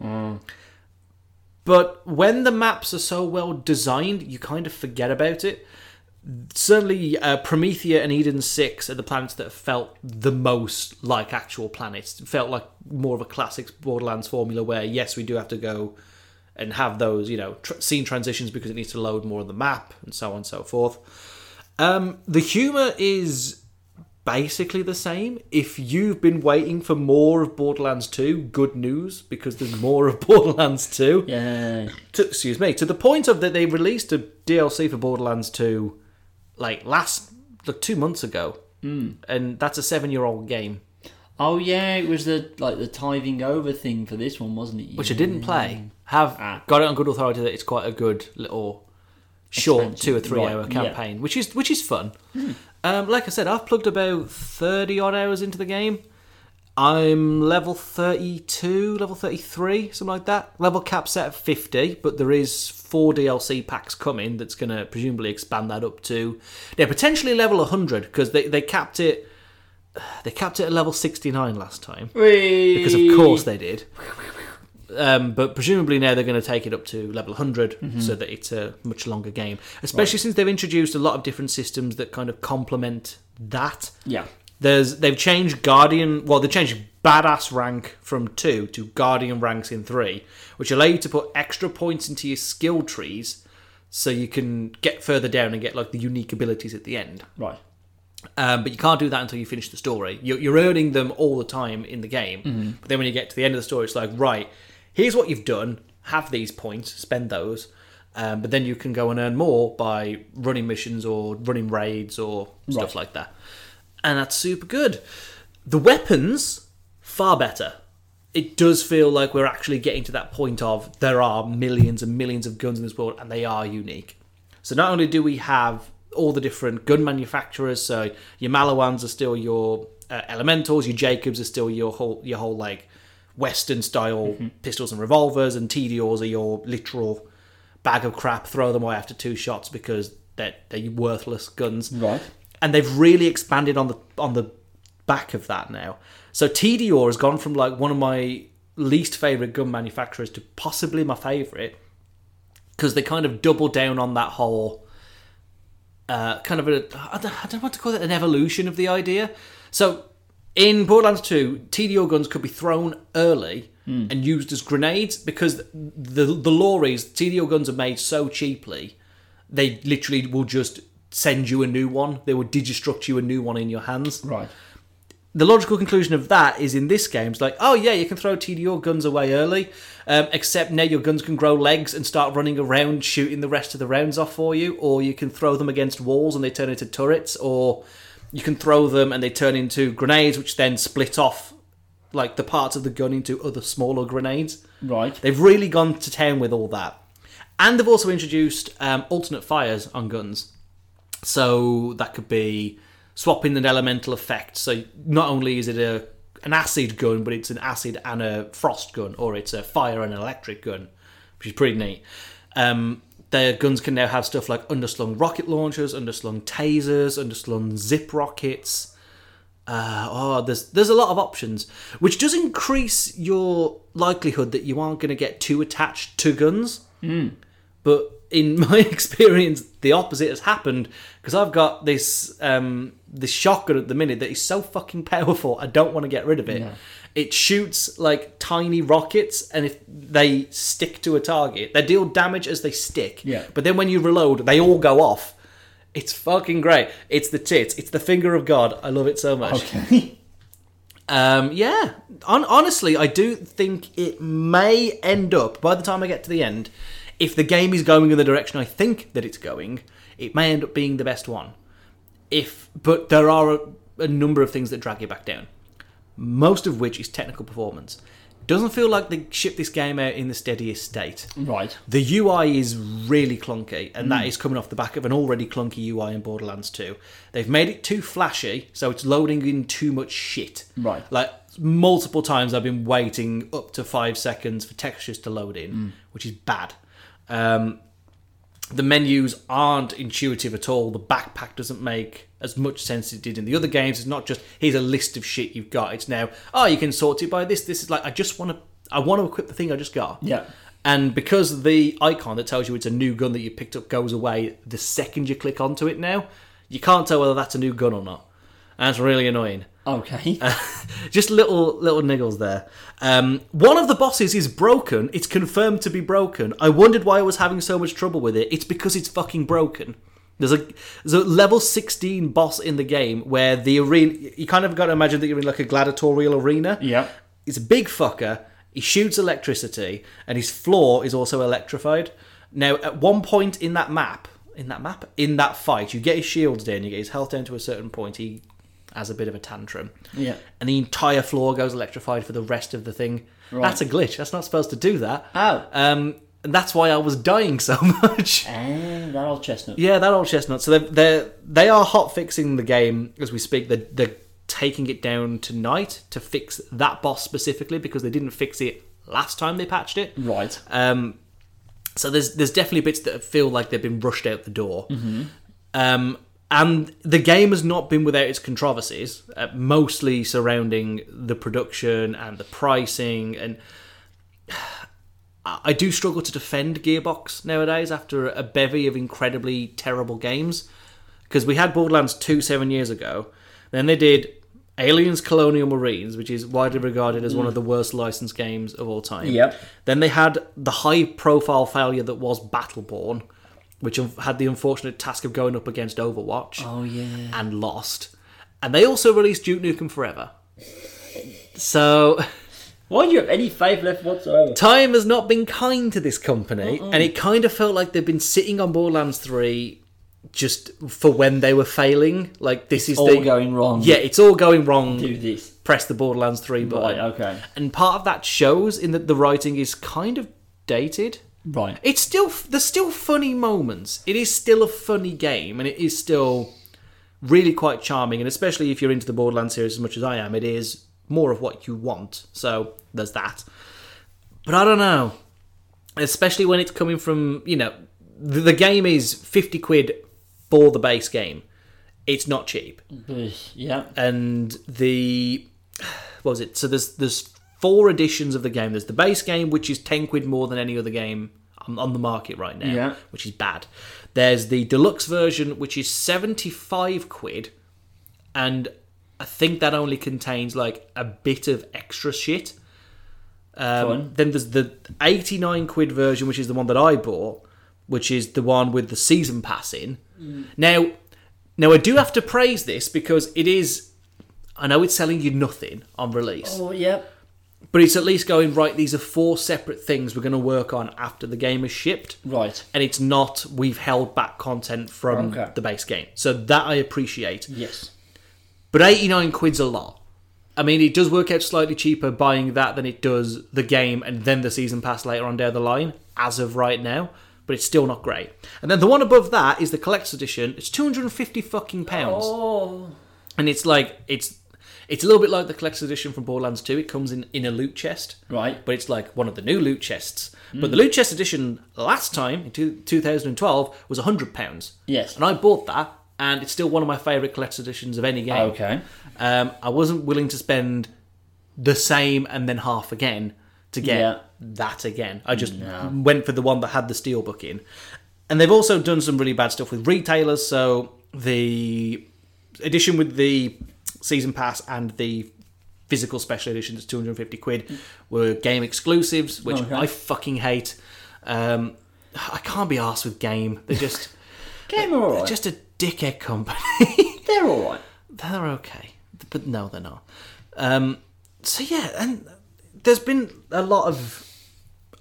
But when the maps are so well designed, you kind of forget about it. Certainly, uh, Promethea and Eden 6 are the planets that felt the most like actual planets. It felt like more of a classic Borderlands formula where, yes, we do have to go and have those, you know, tr- scene transitions because it needs to load more of the map and so on and so forth. Um, the humor is basically the same. If you've been waiting for more of Borderlands 2, good news because there's more of Borderlands 2 Yeah. to, excuse me, to the point of that they released a DLC for Borderlands 2 like last like two months ago. Mm. And that's a seven year old game, Oh yeah, it was the like the tithing over thing for this one, wasn't it? which I Yeah. didn't play. Have Ah. got it on good authority that it's quite a good little short Expansion, two or three right, hour yeah. campaign, which is which is fun. Um, like I said, I've plugged about thirty odd hours into the game. I'm level 32, level 33, something like that. Level cap set at 50, but there is four DLC packs coming that's going to presumably expand that up to yeah, potentially level 100 because they, they capped it they capped it at level 69 last time Whee! because of course they did. Um, but presumably now they're going to take it up to level 100 so that it's a much longer game, especially since they've introduced a lot of different systems that kind of complement that. Yeah. There's they've changed guardian. Well, they changed badass rank from two to guardian ranks in three, which allow you to put extra points into your skill trees, so you can get further down and get like the unique abilities at the end. Right. Um, but you can't do that until you finish the story. You're, you're earning them all the time in the game. But then when you get to the end of the story, it's like, right, here's what you've done. Have these points, spend those. Um, but then you can go and earn more by running missions or running raids or stuff like that. And that's super good. The weapons, far better. It does feel like we're actually getting to that point of there are millions and millions of guns in this world and they are unique. So not only do we have all the different gun manufacturers, so your Malawans are still your uh, elementals, your Jacobs are still your whole your whole like Western style pistols and revolvers, and TDRs are your literal bag of crap. Throw them away after two shots because they're, they're worthless guns Right. and they've really expanded on the on the back of that now. So TDR has gone from like one of my least favorite gun manufacturers to possibly my favorite because they kind of double down on that whole uh, kind of a I don't, I don't want to call it an evolution of the idea. So in Borderlands 2, TDR guns could be thrown early and used as grenades because the the law is TDR guns are made so cheaply they literally will just send you a new one. They will digistruct you a new one in your hands. Right. The logical conclusion of that is in this game, it's like, oh yeah, you can throw TDR guns away early, um, except now your guns can grow legs and start running around shooting the rest of the rounds off for you, or you can throw them against walls and they turn into turrets, or you can throw them and they turn into grenades, which then split off like the parts of the gun into other smaller grenades. Right. They've really gone to town with all that. And they've also introduced um, alternate fires on guns. So that could be swapping an elemental effect. So not only is it a an acid gun, but it's an acid and a frost gun, or it's a fire and an electric gun, which is pretty neat. Um, Their guns can now have stuff like underslung rocket launchers, underslung tasers, underslung zip rockets. Uh, oh, there's there's a lot of options, which does increase your likelihood that you aren't going to get too attached to guns. Hmm. But in my experience, the opposite has happened because I've got this um, this shotgun at the minute that is so fucking powerful. I don't want to get rid of it. It shoots like tiny rockets, and if they stick to a target, they deal damage as they stick. Yeah. But then when you reload, they all go off. It's fucking great. It's the tits. It's the finger of God. I love it so much. Okay. Um, yeah. On, honestly, I do think it may end up, by the time I get to the end, if the game is going in the direction I think that it's going, it may end up being the best one. If But there are a, a number of things that drag you back down, most of which is technical performance. Doesn't feel like they shipped this game out in the steadiest state. right. The UI is really clunky, and that is coming off the back of an already clunky UI in Borderlands 2. They've made it too flashy, so it's loading in too much shit. Right. Like, multiple times I've been waiting up to five seconds for textures to load in, which is bad. Um, the menus aren't intuitive at all. The backpack doesn't make as much sense as it did in the other games. It's not just here's a list of shit you've got. It's now oh you can sort it by this. This is like I just want to I want to equip the thing I just got. Yeah. And because the icon that tells you it's a new gun that you picked up goes away the second you click onto it now, you can't tell whether that's a new gun or not. And it's really annoying. Okay. Uh, Just little little niggles there. Um, one of the bosses is broken. It's confirmed to be broken. I wondered why I was having so much trouble with it. It's because it's fucking broken. There's a there's a level sixteen boss in the game where the arena you kind of got to imagine that you're in like a gladiatorial arena. yeah. He's a big fucker. He shoots electricity, and his floor is also electrified. Now, at one point in that map, in that map, in that fight, you get his shields down, you get his health down to a certain point. He has a bit of a tantrum, Yeah. and the entire floor goes electrified for the rest of the thing. That's a glitch. That's not supposed to do that. Oh. Um, and that's why I was dying so much. And that old chestnut. Yeah, that old chestnut. So they're, they're they are hot fixing the game as we speak. They're, they're taking it down tonight to fix that boss specifically because they didn't fix it last time they patched it. Right. Um, so there's there's definitely bits that feel like they've been rushed out the door. Um, and the game has not been without its controversies, uh, mostly surrounding the production and the pricing. And I I do struggle to defend Gearbox nowadays after a bevy of incredibly terrible games. Because we had Borderlands 2 seven years ago, then they did Aliens Colonial Marines, which is widely regarded as one of the worst licensed games of all time. Yep. Then they had the high profile failure that was Battleborn, which un- had the unfortunate task of going up against Overwatch Oh yeah. and lost. And they also released Duke Nukem Forever. So Why do you have any faith left whatsoever? time has not been kind to this company, and it kind of felt like they've been sitting on Borderlands 3 just for when they were failing. Like, this is all the. going wrong. yeah, it's all going wrong. Do this. Press the Borderlands 3 Right. button. Okay. And part of that shows in that the writing is kind of dated. Right. It's still there's still funny moments. It is still a funny game, and it is still really quite charming. And especially if you're into the Borderlands series as much as I am, it is more of what you want. So there's that. But I don't know, especially when it's coming from you know the, the game is fifty quid for the base game. It's not cheap Yeah. and the what was it? So there's there's four editions of the game. There's the base game, which is ten quid more than any other game on, on the market right now, Yeah. which is bad. There's the deluxe version, which is seventy five quid, and I think that only contains like a bit of extra shit. Um, Fun. then there's the 89 quid version, which is the one that I bought, which is the one with the season pass in. Mm. Now, now I do have to praise this because it is. I know it's selling you nothing on release, Oh yeah. but it's at least going right. These are four separate things we're going to work on after the game is shipped, Right. and it's not we've held back content from Okay. the base game. So that I appreciate. Yes. But 89 quid's a lot. I mean, it does work out slightly cheaper buying that than it does the game and then the season pass later on down the line, as of right now, but it's still not great. And then the one above that is the collector's edition. It's 250 fucking pounds. Oh. And it's like, it's. It's a little bit like the collector's edition from Borderlands 2. It comes in, in a loot chest, Right. Hmm. but it's like one of the new loot chests. But the loot chest edition last time, in two, 2012, was £100. Yes. And I bought that, and it's still one of my favourite collector's editions of any game. Okay. Um, I wasn't willing to spend the same and then half again to get Yeah. that again. I just went for the one that had the steel book in. And they've also done some really bad stuff with retailers. So the edition with the season pass and the physical special edition that's 250 quid were game exclusives, which Okay. I fucking hate. Um, I can't be arsed with game. They're just, Game are all they're right. just a dickhead company. They're all right. they're okay, but no, they're not. Um, so yeah, and there's been a lot of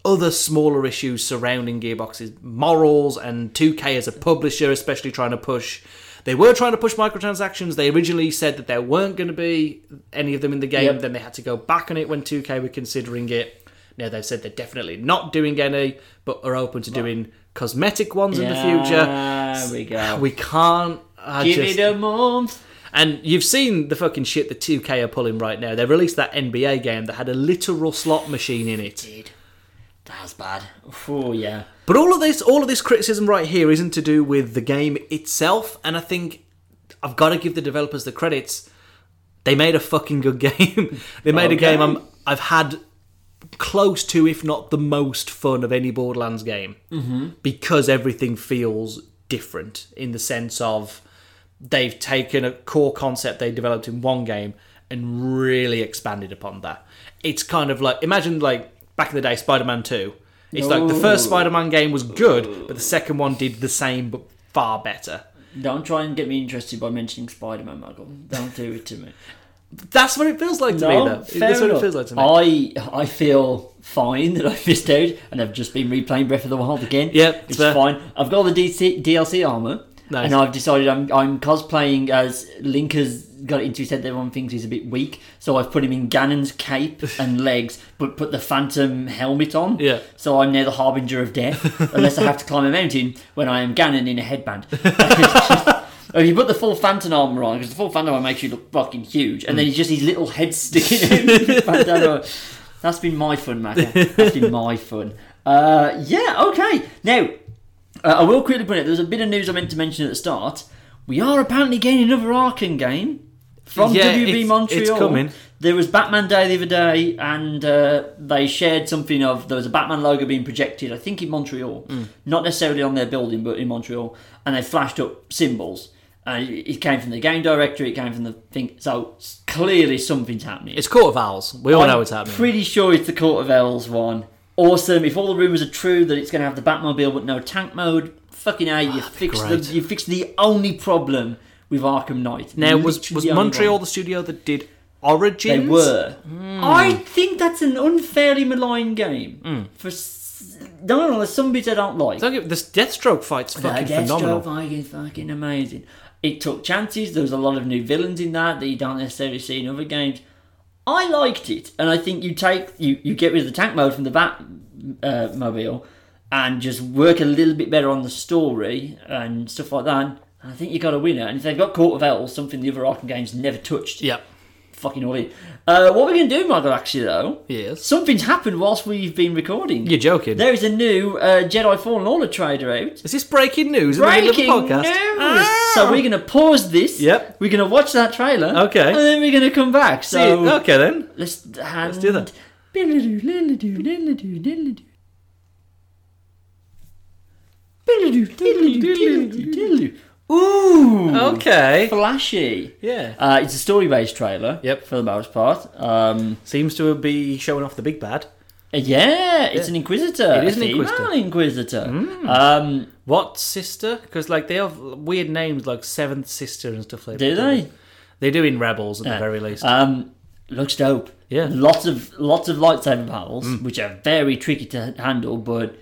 other smaller issues surrounding Gearbox's morals and 2K as a publisher, especially trying to push. They were trying to push microtransactions. They originally said that there weren't going to be any of them in the game. Yep. Then they had to go back on it when 2K were considering it. Now they've said they're definitely not doing any, but are open to doing cosmetic ones in the future. There we go. We can't. I Give just, it a month. and you've seen the fucking shit the 2K are pulling right now. They released that NBA game that had a literal slot machine in it. Dude, that's bad. Oh yeah. But all of this, all of this criticism right here isn't to do with the game itself. And I think I've got to give the developers the credits. They made a fucking good game. they made a Okay. game I'm, I've had close to, if not the most fun of any Borderlands game, mm-hmm. because everything feels different in the sense of they've taken a core concept they developed in one game and really expanded upon that. It's kind of like imagine like back in the day, Spider-Man Two. It's like the first Ooh. Spider-Man game was good, but the second one did the same but far better. Don't try and get me interested by mentioning Spider-Man, Michael. Don't do it to me. That's what it feels like to me, though. fair That's what it enough. feels like to me. I I feel fine that I missed out and I've just been replaying Breath of the Wild again. Yep, it's fair. fine. I've got all the DC, DLC armor, Nice. and I've decided I'm I'm cosplaying as Link has got it into his head that everyone thinks he's a bit weak, so I've put him in Ganon's cape and legs, but put the Phantom helmet on. Yeah. So I'm now the harbinger of death, unless I have to climb a mountain when I am Ganon in a headband. Oh, you put the full Phantom armor on because the full Phantom armor makes you look fucking huge, and Mm. then he's just his little head sticking in. Phantom armor. That's been my fun, Mac. That's been my fun. Uh, yeah, okay. Now, uh, I will quickly put it. There was a bit of news I meant to mention at the start. We are apparently getting another Arkham game from Yeah, WB it's- Montreal. it's coming. There was Batman Day the other day, and uh, they shared something of there was a Batman logo being projected. I think in Montreal, Hmm. not necessarily on their building, but in Montreal, and they flashed up symbols. Uh, it came from the game director. It came from the thing. So s- clearly something's happening. it's Court of Owls. We all know it's happening. Pretty sure it's the Court of Owls one. Awesome. If all the rumors are true that it's going to have the Batmobile but no tank mode, fucking a, you fix the Ah, great. you fix the only problem with Arkham Knight. now, was Literally was the only Montreal one. the studio that did Origins? They were. Hmm. I think that's an unfairly maligned game. Hmm. For s- no, no, there's some bits I don't like. Don't get this Deathstroke fight's fucking Deathstroke phenomenal. Fucking, fucking amazing. It took chances. There was a lot of new villains in that that you don't necessarily see in other games. I liked it, and I think you take you, you get rid of the tank mode from the Bat uh, mobile, and just work a little bit better on the story and stuff like that. And I think you got a winner. And if they've got Court of Owls, something the other Arkham games never touched, Yep. fucking all in. Uh, what we're going to do, Michael, actually, though, Yes. something's happened whilst we've been recording. You're joking. There is a new uh, Jedi Fallen Order trader out. Is this breaking news in the Breaking middle of the podcast? news! Ah! So we're going to pause this. Yep. We're going to watch that trailer. Okay. And then we're going to come back. See, So okay then. let's, and do that. Billy-doo, lily-doo, lily-doo, lily-doo. Billy-doo, lily-doo, lily-doo, lily-doo. Ooh. Okay. Flashy. Hmm. Yeah. Uh, it's a story-based trailer. Yep. For the most part. Um, Seems to be showing off the big bad. yeah, it's an inquisitor. It is a an inquisitor. Mm. female inquisitor. Um, What sister? Because like they have weird names like Seventh Sister and stuff like do that. they? They Uh, do in Rebels at Yeah. the very least. Um, looks dope. Yeah. Mm. Lots of lots of lightsaber battles, which are very tricky to handle, but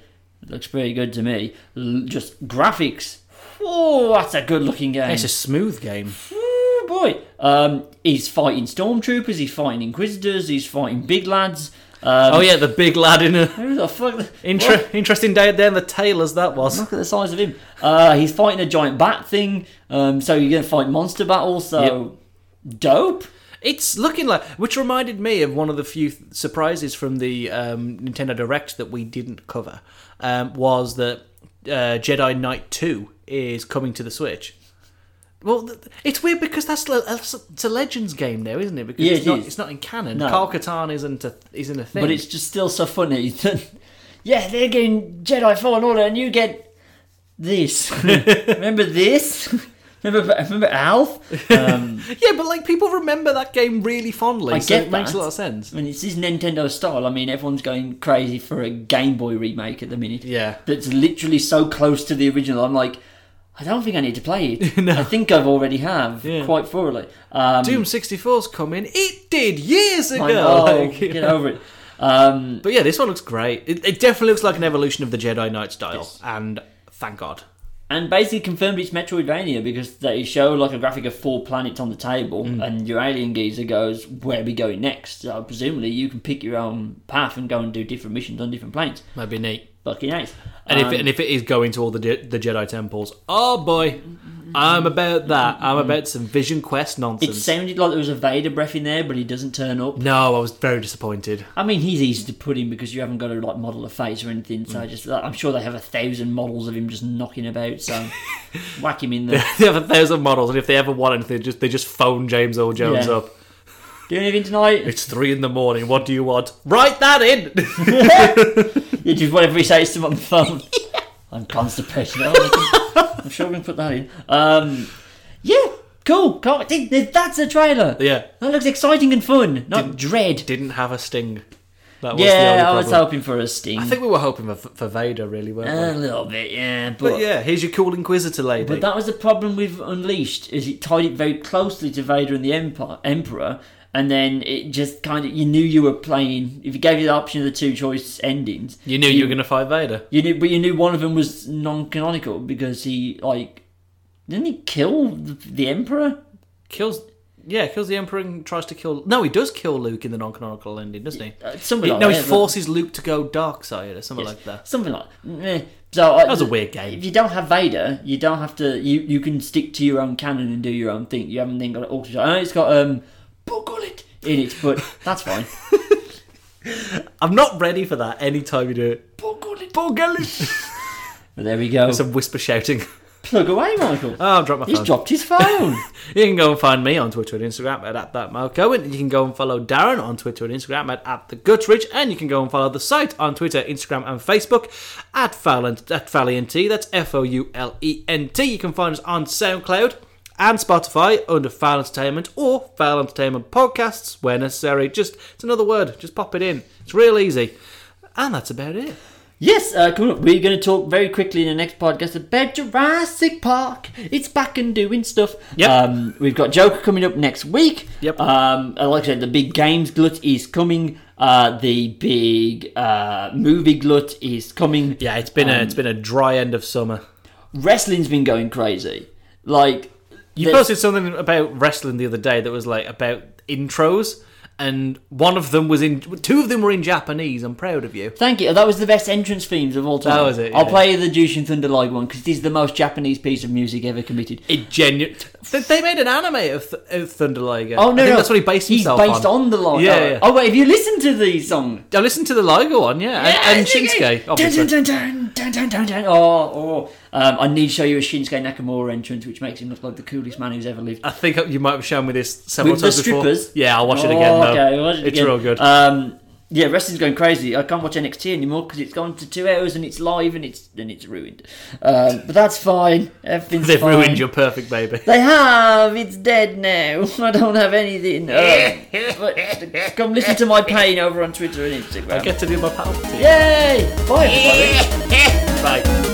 looks pretty good to me. L- just graphics. Oh, that's a good looking game. it's a smooth game. Ooh, boy. Um, he's fighting stormtroopers. He's fighting inquisitors. He's fighting big lads. Um, Oh yeah, the big lad in a Who the fuck? inter- Oh. interesting day down the tail as that was. Look at the size of him. Uh, he's fighting a giant bat thing. Um, so you're gonna fight monster battles. So dope. It's looking like, which reminded me of one of the few th- surprises from the um, Nintendo Direct that we didn't cover, um, was that uh, Jedi Knight Two is coming to the Switch. Well, th- it's weird because that's le- that's- it's a Legends game now, isn't it? Because Yeah, it's it not, is. It's not in canon. No. Carl Katan isn't a isn't a thing. But it's just still so funny that yeah, they're getting Jedi Fallen Order, and you get this. remember this? Remember remember Alf? Um, yeah, but like people remember that game really fondly. I so get it makes that. a lot of sense. I mean, it's this Nintendo style. I mean, everyone's going crazy for a Game Boy remake at the minute. Yeah. that's literally so close to the original. I'm like, I don't think I need to play it. I think I've already have Yeah. quite thoroughly. Um, Doom 64's coming. It did years ago. like, oh, like- get over it. Um, But yeah, this one looks great. It, it definitely looks like an evolution of the Jedi Knight style, and thank God. and basically confirmed it's Metroidvania because they show like a graphic of four planets on the table, Mm. and your alien geezer goes, "Where are we going next?" So presumably, you can pick your own path and go and do different missions on different planes. That'd be neat. Fucking ace. And if Um, it, and if it is going to all the Je- the Jedi temples, oh boy, I'm about that. I'm about some Vision Quest it nonsense. sounded like there was a Vader breath in there, but he doesn't turn up. no, I was very disappointed. I mean, he's easy to put in because you haven't got to like model a face or anything. Mm. So I just, I'm sure they have a thousand models of him just knocking about. So whack him in there. they have a thousand models, and if they ever want anything, they just they just phone James Earl Jones Yeah. up. Do anything tonight? It's three in the morning. What do you want? Write that in. You do whatever he says to him on the phone. I'm constipated. Oh, I can- I'm sure we can put that in. Um, yeah, cool. Can't- th- th- That's the trailer. yeah, That looks exciting and fun, not dread. didn't have a sting. That was the only Yeah, I problem. was hoping for a sting. I think we were hoping for, for Vader, really, weren't we? a little bit, yeah, but, But yeah, here's your cool Inquisitor lady. But that was the problem with Unleashed, is it tied it very closely to Vader and the Empire, Emperor, and then it just kind of you knew you were playing. If you gave you the option of the two choice endings, you knew you were going to fight Vader. you knew, but you knew one of them was non-canonical because he like didn't he kill the, the Emperor? Kills, yeah, kills the Emperor and tries to kill. No, he does kill Luke in the non-canonical ending, doesn't he? Uh, something He- like no, he that, but- forces Luke to go dark side or something Yes, like that. Something like meh. so. That was a weird game. If you don't have Vader, you don't have to. You you can stick to your own canon and do your own thing. You haven't then got it all. I know it's got um, Bugulit in it, but that's fine. I'm not ready for that. Any time you do it, Borgelli. But there we go. Some whisper shouting. Plug away, Michael. Oh, I'll drop my He's phone. dropped his phone. You can go and find me on Twitter and Instagram at, at thatmalcohen. You can go and follow Darren on Twitter and Instagram at, at thegutridge. And you can go and follow the site on Twitter, Instagram, and Facebook at Fowlent, at Fallient. That's F O U L E N T. You can find us on SoundCloud and Spotify under Foul Entertainment or Foul Entertainment Podcasts where necessary. Just, it's another word. Just pop it in. It's real easy. And that's about it. yes, uh, coming up, we're going to talk very quickly in the next podcast about Jurassic Park. It's back and doing stuff. Yep. Um, we've got Joker coming up next week. Yep. Um, and like I said, the big games glut is coming. Uh, the big uh, movie glut is coming. Yeah, it's been a it's been a dry end of summer. Wrestling's been going crazy. Like You posted something about wrestling the other day that was like about intros, and one of them was in, two of them were in Japanese. I'm proud of you. Thank you. That was the best entrance themes of all time. was it, I'll yeah. play you the Jushin Thunder Live one because this is the most Japanese piece of music ever committed. It genuine. They, they made an anime of, Th- of Thunder Liger. Oh no, I think no. that's what he based He's himself based on. on, the Liger. Yeah, yeah. Oh wait, have you listened to the song? I listened to the Liger one, yeah, and, and Shinsuke. Obviously. Dun, dun, dun, dun, dun, dun, dun. Oh, oh. Um, I need to show you a Shinsuke Nakamura entrance, which makes him look like the coolest man who's ever lived. I think you might have shown me this several With the times before. strippers? Yeah, I'll watch it Oh, again though. okay, watch it it's again. real good. Um, yeah, wrestling's going crazy. I can't watch NXT anymore because it's gone to two hours and it's live and it's and it's ruined. Um, but that's fine. Everything's They've fine. ruined your perfect baby. They have. It's dead now. I don't have anything. Uh, but come listen to my pain over on Twitter and Instagram. Get to do my palpatine. Yay! Bye, everybody. Bye.